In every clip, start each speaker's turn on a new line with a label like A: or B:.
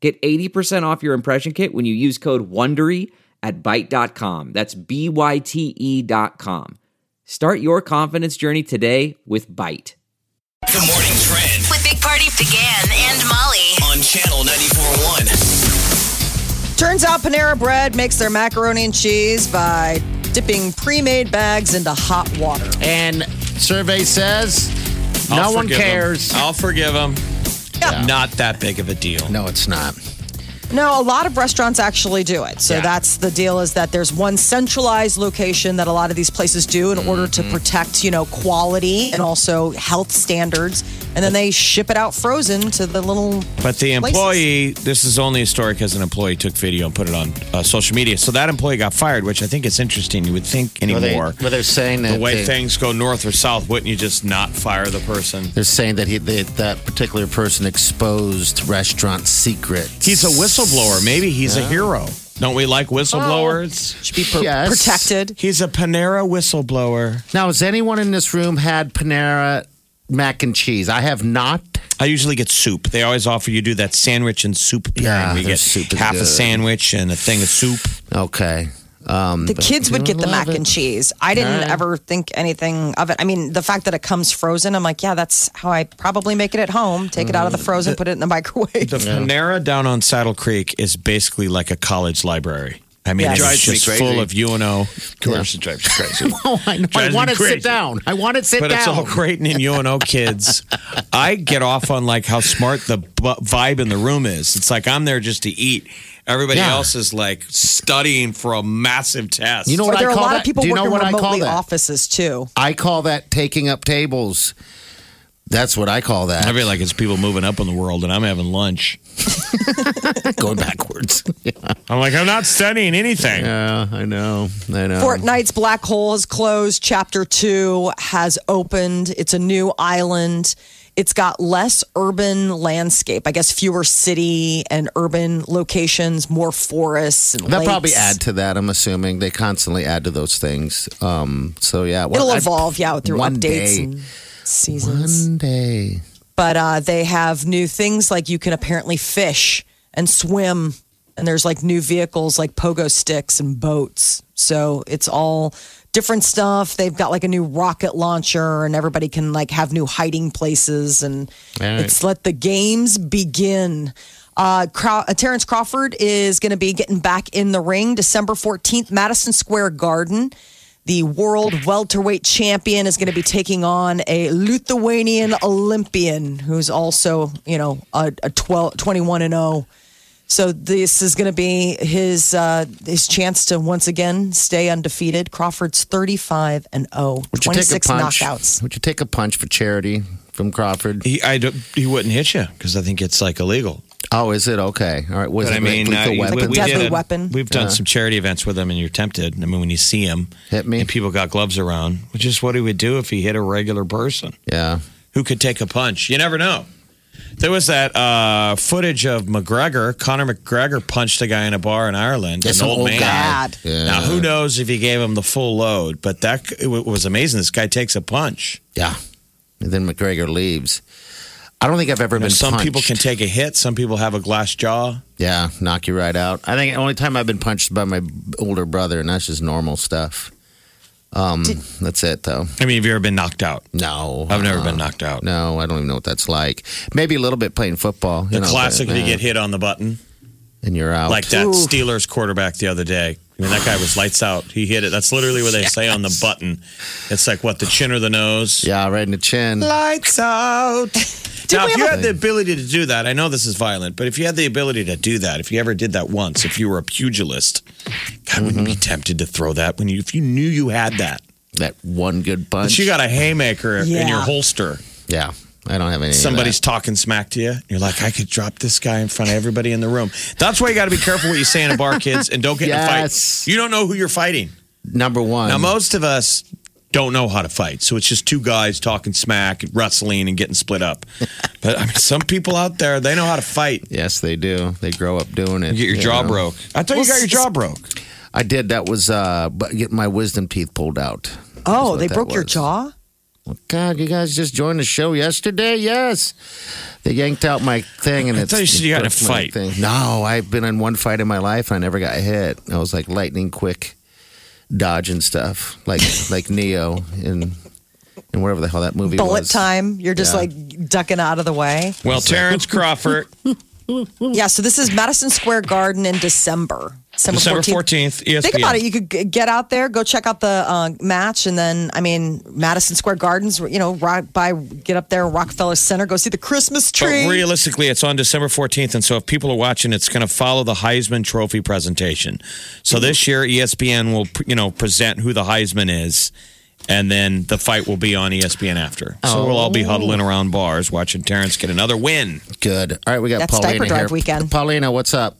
A: Get 80% off your impression kit when you use code WONDERY at Byte.com. That's B-Y-T-E E dot com. Start your confidence journey today with Byte.
B: The morning trend
C: With Big Party began and Molly.
B: on channel 94.1.
D: Turns out Panera Bread makes their macaroni and cheese by dipping pre-made bags into hot water.
E: And survey says no
F: I'll
E: one
F: forgive 'em.
E: cares.
F: I'll forgive him.
D: Yeah.
F: Not that big of a deal.
E: No, it's not.
D: No, a lot of restaurants actually do it. So
F: Yeah.
D: that's the deal is that there's one centralized location that a lot of these places do in order to protect, you know, quality and also health standards. And then they ship it out frozen to the little
F: But the
D: places.
F: employee, this is only a story because an employee took video and put it on uh, social media. So that employee got fired, which I think is interesting. You would think
E: Well, they,
F: anymore.
E: well, they're saying that
F: the way
E: they,
F: things go north or south, wouldn't you just not fire the person?
E: they're saying that he they, that particular person exposed restaurant secrets.
F: He's a whistleblower. Maybe he's a hero. Don't we like whistleblowers?
D: should be pr-
E: Yes.
D: protected.
F: He's a Panera whistleblower.
E: Now, has anyone in this room had Panera mac and cheese? I have not.
F: I usually get soup. They always offer you do that sandwich and soup. pairing.
E: Yeah,
F: we
E: their
F: get
E: soup is
F: half a
E: good.
F: sandwich and a thing of soup.
E: Okay. Um,
D: The kids would get the mac and cheese. I didn't
E: Alright.
D: ever think anything of it. I mean, the fact that it comes frozen, I'm like, yeah, that's how I probably make it at home. Take it out of
E: Mm.
D: the frozen, put it in the microwave.
F: The Panera down on Saddle Creek is basically like a college library. I mean,
D: Yeah.
F: it's
D: Drives
E: me
F: just
E: crazy.
F: full of UNO.
E: course,
F: it drives you crazy.
E: Oh, I, know. I
F: Drives me
E: want to
F: crazy.
E: sit down. I want to sit
F: But
E: down.
F: it's all great and in UNO kids. I get off on like how smart the bu- vibe in the room is. It's like I'm there just to eat. Everybody
E: Yeah.
F: else is like studying for a massive test.
E: You know
D: Or
E: what I
D: there are a
E: call
D: lot
E: that?
D: of people
E: Do you know
D: working
E: what I call
D: remotely
E: that?
D: offices too.
E: I call that taking up tables. That's what I call that.
F: I feel like it's people moving up in the world, and I'm having lunch.
E: going backwards.
F: I'm like, I'm not studying anything.
E: yeah, I know. I know.
D: Fortnite's black hole has closed. Chapter two has opened. It's a new island. It's got less urban landscape. I guess fewer city and urban locations, more forests. And
E: They'll probably
D: lakes.
E: add to that. I'm assuming they constantly add to those things. Um, so yeah, well,
D: It'll
E: I-
D: evolve, yeah, through
E: one
D: updates
E: day.
D: and seasons.
E: One day.
D: But uh, they have new things like you can apparently fish and swim, and there's like new vehicles like pogo sticks and boats. So it's all different stuff. They've got like a new rocket launcher, and everybody can like have new hiding places, and
E: right.
D: it's let the games begin. Uh, Crow- uh, Terrence Crawford is going to be getting back in the ring December 14th, Madison Square Garden. The world welterweight champion is going to be taking on a Lithuanian Olympian who's also, you know, a, a 12, 21 and 0. So this is going to be his uh, his chance to once again stay undefeated. Crawford's 35 and 0,
E: Would you
D: 26
E: take a punch?
D: knockouts.
E: Would you take a punch for charity from Crawford?
F: He, I don't- he wouldn't hit you because I think it's like illegal.
E: Oh, is it okay? All right. Was
F: But
E: it
F: I mean,
E: like
F: uh,
E: lethal
F: we-
E: weapon?
D: Like a
F: we
D: deadly
F: did
D: weapon?
F: We've done some charity events with him, and you're tempted. I mean, when you see him,
E: Hit me.
F: and people got gloves around, which is what he would do if he hit a regular person
E: yeah.
F: who could take a punch. You never know. There was that uh, footage of McGregor. Conor McGregor punched a guy in a bar in Ireland,
E: That's
F: an old, man.
D: guy. Bad.
E: Yeah.
F: Now, who knows if he gave him the full load? But that it wa- was amazing. This guy takes a punch.
E: Yeah. And then McGregor leaves. I don't think I've ever
F: You know,
E: been.
F: some people
E: punched.
F: can take a hit. Some people have a glass jaw.
E: Yeah, knock you right out. I think the only time I've been punched by my older brother, and that's just normal stuff. Um, that's it though.
F: I mean, have you ever been knocked out?
E: No,
F: I've never
E: uh,
F: been knocked out.
E: No, I don't even know what that's like. Maybe a little bit playing football.
F: The
E: you know,
F: classic
E: but,
F: if you
E: yeah,
F: get hit on the button,
E: and you're out.
F: like that
D: Ooh.
F: Steelers quarterback the other day. I mean, that guy was lights out. He hit it. That's literally what they say on the button. It's like what the chin or the nose.
E: yeah, right in the chin.
F: Lights out. now,
D: we
F: if you
D: have
F: had the ability to do that, I know this is violent, but if you had the ability to do that, if you ever did that once, if you were a pugilist, God, wouldn't you be tempted to throw that when you, if you knew you had that?
E: That one good punch.
F: But you got a haymaker in
D: Yeah.
F: your holster.
E: yeah. I don't have any. of that.
F: Somebody's talking smack to you. and You're like, I could drop this guy in front of everybody in the room. That's why you got to be careful what you say in a bar, kids, and don't get
E: Yes.
F: in a fight. You don't know who you're fighting.
E: number one.
F: Now, most of us don't know how to fight, so it's just two guys talking smack, wrestling, and getting split up. But I mean, some people out there they know how to fight.
E: yes, they do. They grow up doing it.
F: You get your
E: you
F: jaw
E: know.
F: broke. I thought you got your jaw broke.
E: I did. That was uh, but get my wisdom teeth pulled out.
D: Oh,
E: what
D: they
E: that
D: broke your
E: was.
D: jaw?
E: God, you guys just joined the show yesterday. Yes, they yanked out my thing, and
F: I
E: it's
F: thought you said you got in a
E: it's my
F: fight.
E: Thing. No, I've been in one fight in my life, and I never got hit. I was like lightning quick, dodging stuff, like like Neo in in whatever the hell that movie
D: Bullet
E: was.
D: time. You're just
E: Yeah.
D: like ducking out of the way.
F: Well, Terrence Crawford,
D: Yeah, so this is Madison Square Garden in December. December,
F: December fourteenth.
E: E
F: E ESPN.
D: Think about it. You could g- get out there, go check out the uh, match, and then, I mean, Madison Square Gardens, you know, right by, get up there, Rockefeller Center, go see the Christmas tree.
F: But realistically, it's on December 14th. And so if people are watching, it's going to follow the Heisman Trophy presentation.
G: Mm-hmm.
F: So this year, E ESPN will, you know, present who the Heisman is. And then the fight will be on E ESPN after. So we'll all be
G: Oh.
F: huddling around bars watching Terrence get another win.
E: Good. All right, we got
D: That's
E: Paulina
D: diaper drive
E: here.
D: weekend.
E: Paulina, what's up?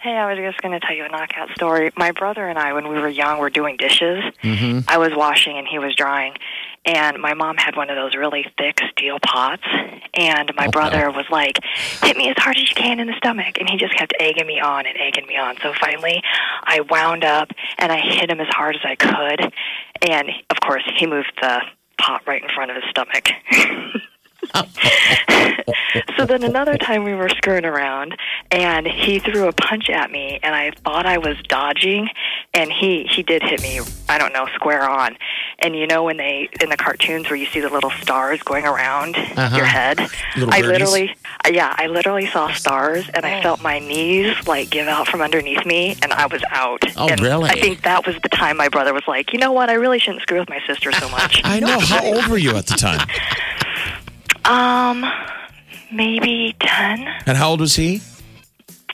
G: Hey, I was just going to tell you a knockout story. My brother and I, when we were young, were doing dishes. I was washing and he was drying. And my mom had one of those really thick steel pots. And my brother was like, hit me as hard as you can in the stomach. And he just kept egging me on and egging me on. So finally, I wound up and I hit him as hard as I could. And of course, he moved the pot right in front of his stomach. so then another time we were screwing around and he threw a punch at me and I thought I was dodging and he he did hit me I don't know square on and you know when they in the cartoons where you see the little stars going around your head
F: Uh-huh. Little
G: I
F: birdies.
G: literally uh, yeah I literally saw stars and I felt my knees like give out from underneath me and I was out
E: Oh,
G: and
E: really?
G: I think that was the time my brother was like you know what I really shouldn't screw with my sister so much
F: I know. How old were you at the time?
G: um maybe 10
F: And how old was he?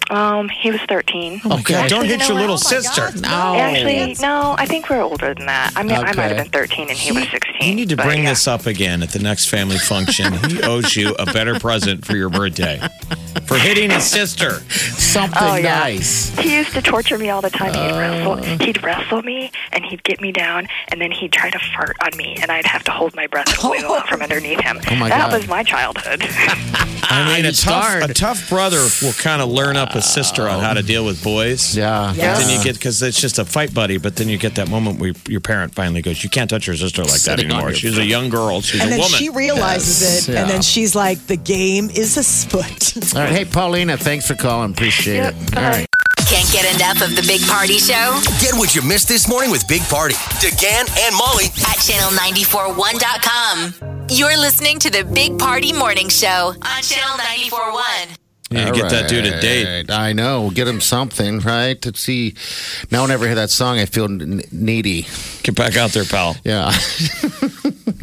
G: Um, he was 13.
F: Okay. Oh Don't
G: Actually,
F: hit
G: you know
F: your
G: what?
F: little
G: Oh my
F: sister.
G: Actually, no, I think we're older than that. I mean, I might
E: Okay.
G: have been 13 and he, was 16.
F: You need to
G: but
F: bring
G: yeah.
F: this up again at the next family function. he owes you a better present for your birthday for hitting his sister.
E: Something
G: Oh, yeah.
E: nice.
G: He used to torture me all the time. He'd wrestle,
F: Uh.
G: he'd wrestle me, and he'd get me down, and then he'd try to fart on me, and I'd have to hold my breath and wiggle out from underneath him.
E: Oh, my
G: that
E: God.
G: was my childhood.
E: Ah,
F: I mean, a tough,
E: scarred.
F: a tough brother will kind of learn up a sister on how to deal with boys.
E: Yeah.
D: Yes.
F: Then you get because it's just a fight buddy, but then you get that moment where your parent finally goes, "You can't touch your sister like that
E: Sitting on
F: anymore.
E: your
F: She's a young girl. She's
D: and
F: a
D: then
F: woman."
D: she realizes
E: Yes,
D: it, and
E: yeah.
D: then she's like, the game is afoot.
E: All right. Hey, Paulina, thanks for calling. Appreciate
G: Yep,
E: it.
G: bye.
E: All right.
C: Can't get enough of the Big Party Show
B: Get what you missed this morning with Big Party, DeGan and Molly
C: at channel941.com. You're listening to the Big Party Morning Show on channel 941.
F: Yeah, you
E: All
F: get that dude a date.
E: right. I know. Get him something, right? To see. Now, whenever I hear that song, I feel n- needy.
F: Get back out there, pal.
E: Yeah.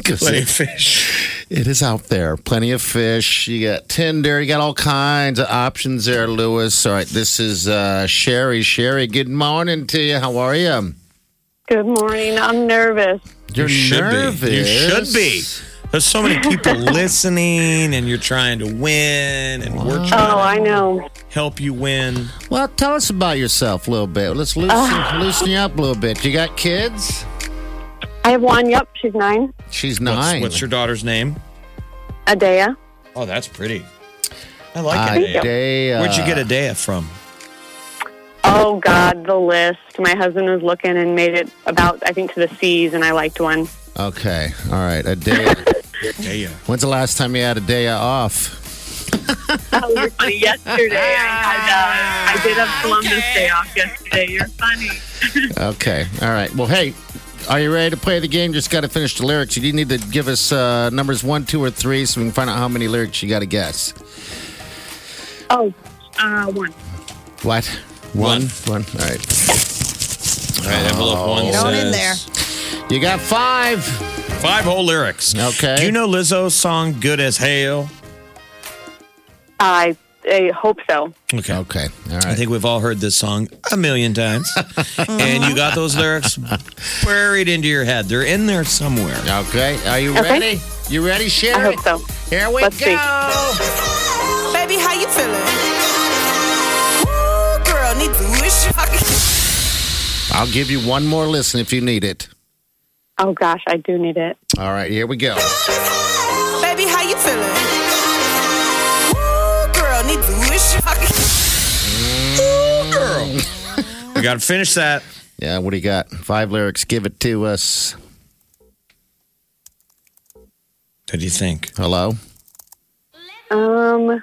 E: 'Cause
F: Play
E: it-
F: fish.
E: it is out there. Plenty of fish. You got Tinder. You got all kinds of options there, Lewis. All right. This is uh, Sherry. Sherry, good morning to you. How are you?
H: Good morning. I'm nervous.
E: You're nervous.
F: be. You should be. There's so many people listening, and you're trying to win, and we're trying
H: Oh, I know.
F: to help you win.
E: Well, tell us about yourself a little bit. Let's loosen, loosen you up a little bit. You got kids?
H: I have one. Yep, she's nine.
E: She's
F: What's,
E: nine.
F: what's your daughter's name?
H: Adea.
F: Oh, that's pretty. I like it.
E: Idea.
F: Where'd you get Adea from?
H: Oh God, the list. My husband was looking and made it about I think to the C's, and I liked one.
E: uh, Okay. All right. A day.
F: Adea.
E: When's the last time you had a day off?
H: Oh, you're funny. Yesterday I had uh, I did have Columbus Day off yesterday. You're funny.
E: Okay. All right. Well, hey, are you ready to play the game? Just got to finish the lyrics. You do need to give us uh, numbers one, two, or three so we can find out how many lyrics you got to guess.
H: Oh, uh, one.
E: What?
F: One.
E: One. All right.
F: All right, envelope one
D: Get on in there.
F: says-
E: You got five.
F: Five whole lyrics.
E: Okay.
F: Do you know Lizzo's song "Good as Hell"?
H: I, I hope so.
F: Okay.
E: Okay. All right.
F: I think we've all heard this song a million times, and you got those lyrics buried into your head. They're in there somewhere.
E: okay. Are you
H: Okay.
E: ready? You ready, Sherry?
H: I hope so.
E: Here we
H: Let's
E: go.
H: see.
I: Baby, how you feeling? Ooh, girl, need to wish I could-
E: I'll give you one more listen if you need it.
H: Oh gosh, I do need it.
E: All right, here we go.
I: Baby, how you feeling? Ooh, girl, need to wish I could-
F: We got to finish that.
E: Yeah, what do you got? Five lyrics. Give it to us.
F: What do you think?
E: Hello?
H: Um,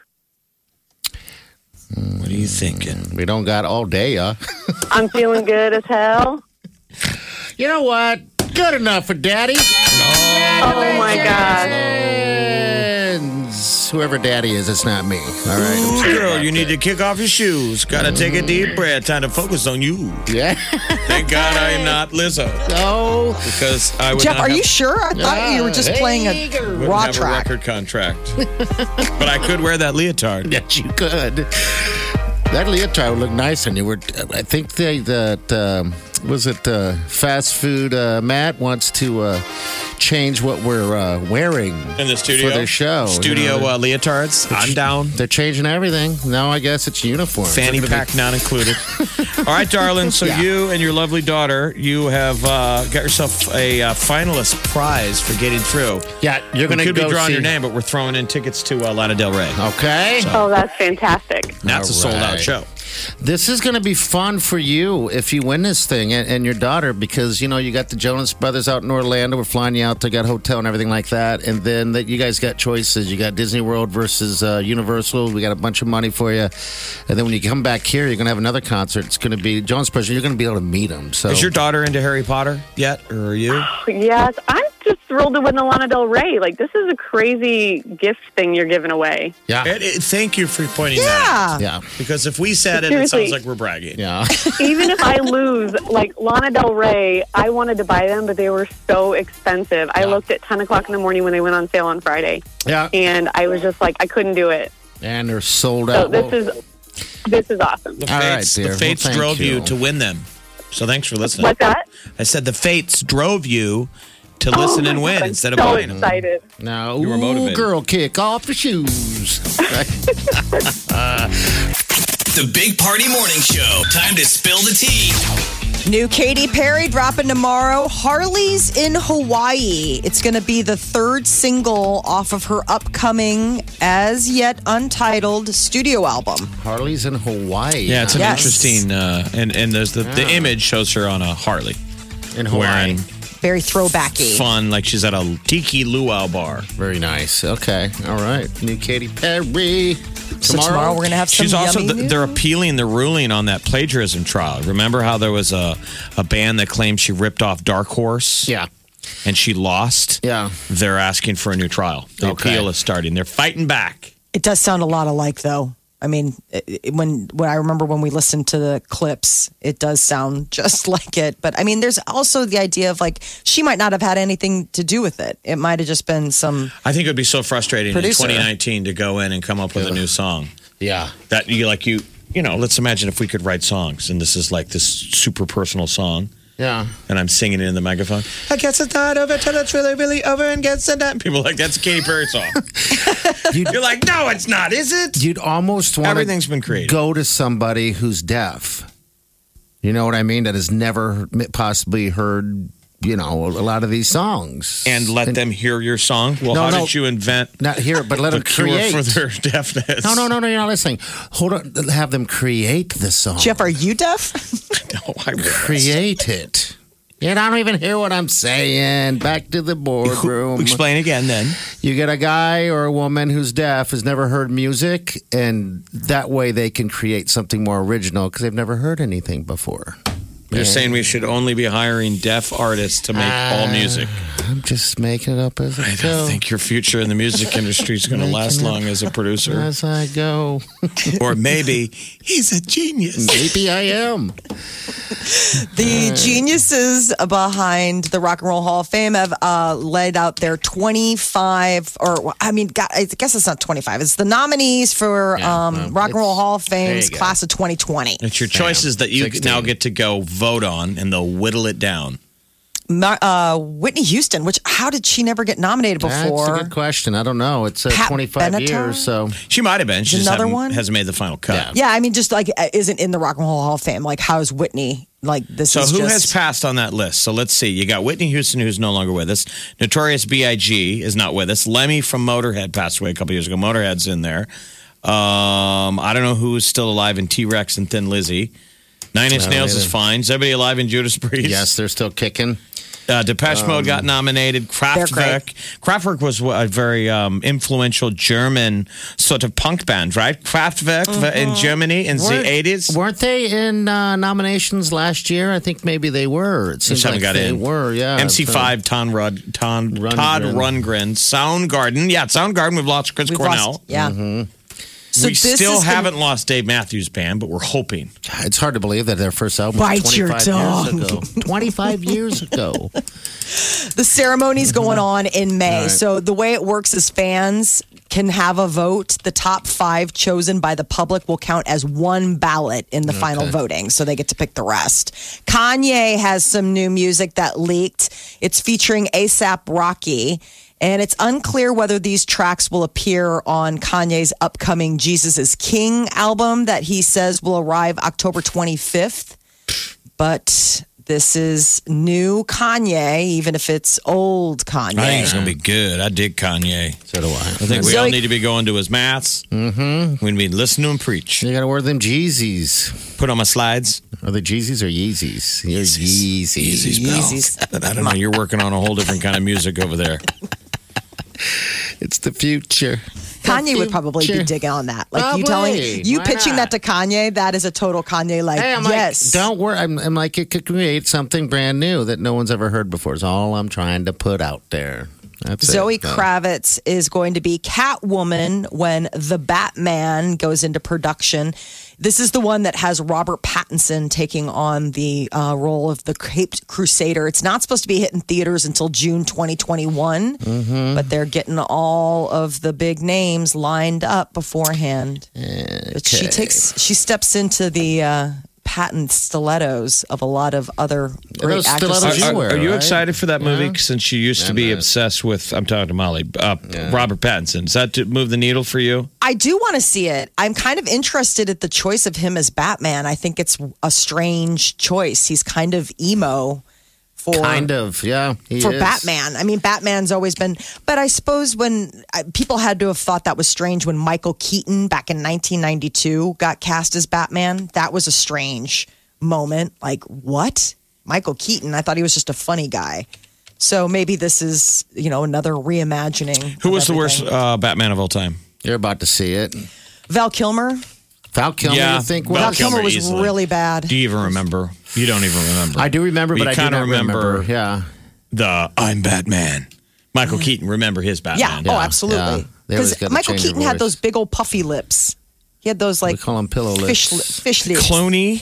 F: What are you thinking?
E: We don't got all day, huh?
H: I'm feeling good as hell.
E: You know what? Good enough for daddy.
H: Oh my gosh.
E: Friends. Whoever daddy is, it's not me. All right. I'm sorry
F: Girl,
E: about
F: you need to
E: that.
F: kick off your shoes. Got to take a deep breath. Time to focus on you.
E: Yeah.
F: Thank God I am not Lizzo
E: No.
F: because I would
D: Jeff,
F: not
D: are
F: have,
D: you sure? I thought you were just
E: Yeah,
D: playing
E: hey,
D: a
E: girl.
D: raw
F: wouldn't have
D: track.
F: a record contract. but I could wear that leotard.
E: That you could. That leotard would look nice on you. Were I think they that um, was it uh, fast food uh, Matt wants to uh, change what we're uh, wearing
F: In the studio?
E: for their show. you
F: Studio
E: know.
F: uh, leotards. I'm down.
E: They're changing everything. Now I guess it's uniforms.
F: Fanny
E: They're gonna
F: pack not included. All right, darling. So you and your lovely daughter, you have uh, got yourself a uh, finalist prize for getting through.
E: be- Yeah, you're
F: We
E: going to
F: could
E: go
F: be drawing
E: see-
F: your name, but we're throwing in tickets to uh, Lana Del Rey.
E: Okay.
H: Oh, that's fantastic.
F: That's a sold out
E: Alright.
F: show.
E: This is going to be fun for you if you win this thing and, and your daughter because you know you got the Jonas Brothers out in Orlando. We're flying you out. They got hotel and everything like that. And then that you guys got choices. You got Disney World versus uh, Universal. We got a bunch of money for you. And then when you come back here, you're going to have another concert. It's going to be Jonas Brothers. You're going to be able to meet them. So Ah.
F: Is your daughter into Harry Potter yet, or are you?
H: Yes, I'm just thrilled to win the Lana Del Rey. Like this is a crazy gift thing you're giving away.
E: yeah,
F: It- it- thank you for pointing that out.
D: Yeah.
E: yeah,
F: Because if we said it, it
H: Seriously.
F: sounds like we're bragging.
E: yeah.
H: Even if I lose, like Lana Del Rey, I wanted to buy them, but they were so expensive. I
E: Yeah.
H: looked at 10 o'clock in the morning when they went on sale on Friday,
E: Yeah,
H: and I was just like, I couldn't do it.
E: and they're sold
H: So
E: out.
H: this is this is awesome.
F: The
E: All right,
F: fates,
E: dear.
F: the
E: Well,
F: fates
E: thank
F: drove you.
E: you.
F: to win them. So thanks for listening.
H: What's that?
F: I said the fates drove you to listen
H: Oh
F: and
H: my
F: win
H: God, I'm
F: instead of
H: so
F: buying them.
H: excited.
E: now,
F: You were
E: ooh,
F: motivated.
E: girl, kick off your shoes.
B: The Big Party Morning Show. Time to spill the tea.
D: New Katy Perry dropping tomorrow. Harley's in Hawaii. It's going to be the third single off of her upcoming, as yet untitled, studio album.
E: Harley's in Hawaii.
F: Yeah, it's an
D: Yes.
F: interesting, uh, and and there's the the image shows her on a Harley
E: in Hawaii.
F: wearing
D: Very throwbacky.
F: fun, like she's at a tiki luau bar.
E: Very nice. Okay. All right. New Katy Perry.
D: So tomorrow, we're going to have some
F: She's also
D: yummy
F: th-
D: news.
F: they're appealing the ruling on that plagiarism trial. Remember how there was a a band that claimed she ripped off Dark Horse
E: Yeah.
F: and she lost.
E: Yeah.
F: They're asking for a new trial. The
E: Okay.
F: appeal is starting. They're fighting back.
D: It does sound a lot alike, though. I mean, it, it- when when I remember when we listened to the clips, it does sound just like it. But I mean, there's also the idea of like she might not have had anything to do with it. It might have just been some.
F: I think it would be so frustrating
D: Producer.
F: in 2019 to go in and come up with a new song
E: Yeah.
F: that you like you you know. Let's imagine if we could write songs and this is like this super personal song.
E: Yeah.
F: and I'm singing it in the microphone. I guess it's not over till it's really, really over and gets it done. People are like, that's a Katy Perry song.
E: You'd,
F: You're like, no, it's not, is it?
E: you'd almost want
F: Everything's been created.
E: Go to somebody who's deaf. You know what I mean? That has never possibly heard. You know a lot of these songs.
F: And let them hear your song. Well,
E: No,
F: how
E: no.
F: did you invent
E: not hear it, but let
F: the
E: them
F: cure
E: create.
F: for their deafness?
E: no, no, no, no. You're not listening. Hold on. Have them create the song.
D: Jeff, are you deaf?
F: no I realized.
E: create it. You don't even hear what I'm saying. Back to the boardroom.
F: Explain again then.
E: You get a guy or a woman who's deaf, has never heard music, and that way they can create something more original because they've never heard anything before.
F: You're saying we should only be hiring deaf artists to make
E: Ah,
F: all music.
E: I'm just making it up as I,
F: I
E: go.
F: don't think your future in the music industry is going to last long as a producer.
E: As I go.
F: Or maybe he's a genius.
E: Maybe I am.
D: The geniuses behind the Rock and Roll Hall of Fame have uh, laid out their 25, or I mean, God, I guess it's not 25. It's the nominees for
E: Yeah,
D: um,
E: well,
D: Rock and Roll
E: it's-
D: Hall of Fame's
E: there you go.
D: class of 2020.
F: It's your choices that you
E: 16.
F: now get to go vote on, and they'll whittle it down.
D: Ma- uh, Whitney Houston, which how did she never get nominated
E: That's a
D: before?
E: good question. I don't know. It's uh,
D: Pat
E: 25
D: Benatar?
E: years, so
F: She might have been. She just
D: Another
F: haven't-
D: one?
F: hasn't made the final cut.
D: yeah, I mean, just like uh, isn't in the Rock and Roll Hall of Fame. Like, how's Whitney? Like this
F: So
D: is
F: who
D: just
F: has passed on that list? So let's see. You got Whitney Houston, who's no longer with us. Notorious B.I.G. is not with us. Lemmy from Motorhead passed away a couple years ago. Motorhead's in there. Um, I don't know who's still alive in T Rex and Thin Lizzy. Nine Inch
E: I don't
F: Nails is
E: either.
F: fine. Is everybody alive in Judas Priest?
E: yes, they're still kicking.
F: Uh, Depeche Mode got nominated.
D: They're
F: Kraftwerk. Kraftwerk was a very um, influential German sort of punk band, right? Kraftwerk in Germany in the
E: Weren't-
F: 80s.
E: Weren't they in uh, nominations last year? I think maybe they were. It seems
F: Just haven't
E: like
F: got
E: they
F: in.
E: were, yeah.
F: MC5, Ton Rud, Ton,
E: Rundgren.
F: Todd Rundgren, Soundgarden. Yeah, Soundgarden. We've lost Chris
D: we've
F: Cornell. Mm-hmm.
D: lost- yeah. So
F: we
D: this
F: still
D: is gonna-
F: haven't lost Dave Matthews Band, but we're hoping.
E: So it's hard to believe that their first album was
D: Bite your
E: 25
D: tongue.
E: years ago. 25 years ago.
D: the ceremony's going on in May. So the way it works is fans can have a vote. The top five chosen by the public will count as one ballot in the final voting. So they get to pick the rest. Kanye has some new music that leaked. It's featuring ASAP Rocky. And it's unclear whether these tracks will appear on Kanye's upcoming Jesus is King album that he says will arrive October 25th but this is new Kanye, even if it's old Kanye.
F: I think it's going to be good. I dig Kanye.
E: So do I.
F: I think we
D: Zoe-
F: all need to be going to his maths. Mm-hmm. We need to listen to him preach.
E: You got to wear them Jeezys.
F: Put on my slides.
E: Are they Jeezys or Yeezys? They're Yeezys.
D: Yeezys.
F: I don't know. You're working on a whole different kind of music over there.
E: It's the future.
D: Uh, Kanye would probably be
E: Sure.
D: digging on that. Like you telling
E: Probably.
D: you
E: Why
D: pitching
E: not?
D: that to Kanye, that is a total Kanye like
E: Hey, I'm
D: yes.
E: like, don't worry. I'm, I'm like, it could create something brand new that no one's ever heard before. Is all I'm trying to put out there. That's it.
D: Zoe
E: Uh,
D: Kravitz is going to be Catwoman when The Batman goes into production. This is the one that has Robert Pattinson taking on the uh, role of the Caped Crusader. It's not supposed to be hitting theaters until June 2021,
E: Mm-hmm.
D: but they're getting all of the big names lined up beforehand. But she takes she steps into the uh, patent stilettos of a lot of other great
E: those stilettos
D: actresses.
E: you wear?
F: Are, are you
E: right?
F: excited for that movie? Since you used to be obsessed with, I'm talking to Molly, uh, Robert Pattinson. Does that to move the needle for you?
D: I do want to see it. I'm kind of interested at the choice of him as Batman. I think it's a strange choice. He's kind of emo for
E: Kind of, yeah. he
D: for
E: is.
D: Batman. I mean, Batman's always been, but I suppose when I, people had to have thought that was strange when Michael Keaton back in 1992 got cast as Batman, that was a strange moment. Like, what? Michael Keaton? I thought he was just a funny guy. So maybe this is, you know, another reimagining.
F: Who
D: of
F: was the worst
D: everything.
F: uh, Batman of all time?
E: You're about to see it.
D: Val Kilmer.
E: Val Kilmer,
F: Yeah,
E: you think?
F: Val
D: Val
E: was-
D: Kilmer,
F: Kilmer
D: was
F: easily.
D: really bad.
F: Do you even remember? You don't even remember.
E: I do remember,
F: Well,
E: but I
F: you
E: do
F: kinda
E: not remember.
F: remember-
E: Yeah.
F: the I'm Batman. Michael
E: Mm.
F: Keaton, remember his
D: Yeah.
F: Batman?
D: Oh,
E: Yeah,
D: absolutely.
E: yeah. They always
D: Because
E: gotta
D: Michael
E: change their
D: Keaton had
E: voice.
D: those big old puffy lips. He had those like
E: We call 'em pillow
D: Fish,
E: lips.
D: li- fish lips.
F: Clooney.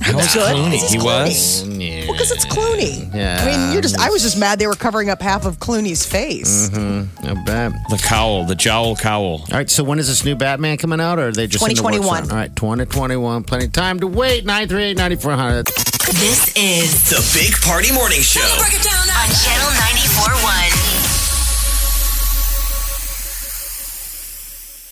F: How was
D: good.
F: Clooney?
D: This is
F: He
D: Clooney.
F: was.
E: Yeah.
D: Because it's Clooney. I mean,
E: Yeah.
D: you're just. I was just mad they were covering up half of Clooney's face.
E: I bet.
F: The cowl, the jowl cowl.
E: All right, so when is this new Batman coming out, or are they just in the works
D: 2021.
E: on it? All right, 2021. Plenty of time to wait. 938 9400.
C: This is
B: The Big Party Morning Show.
C: on Channel 94.1.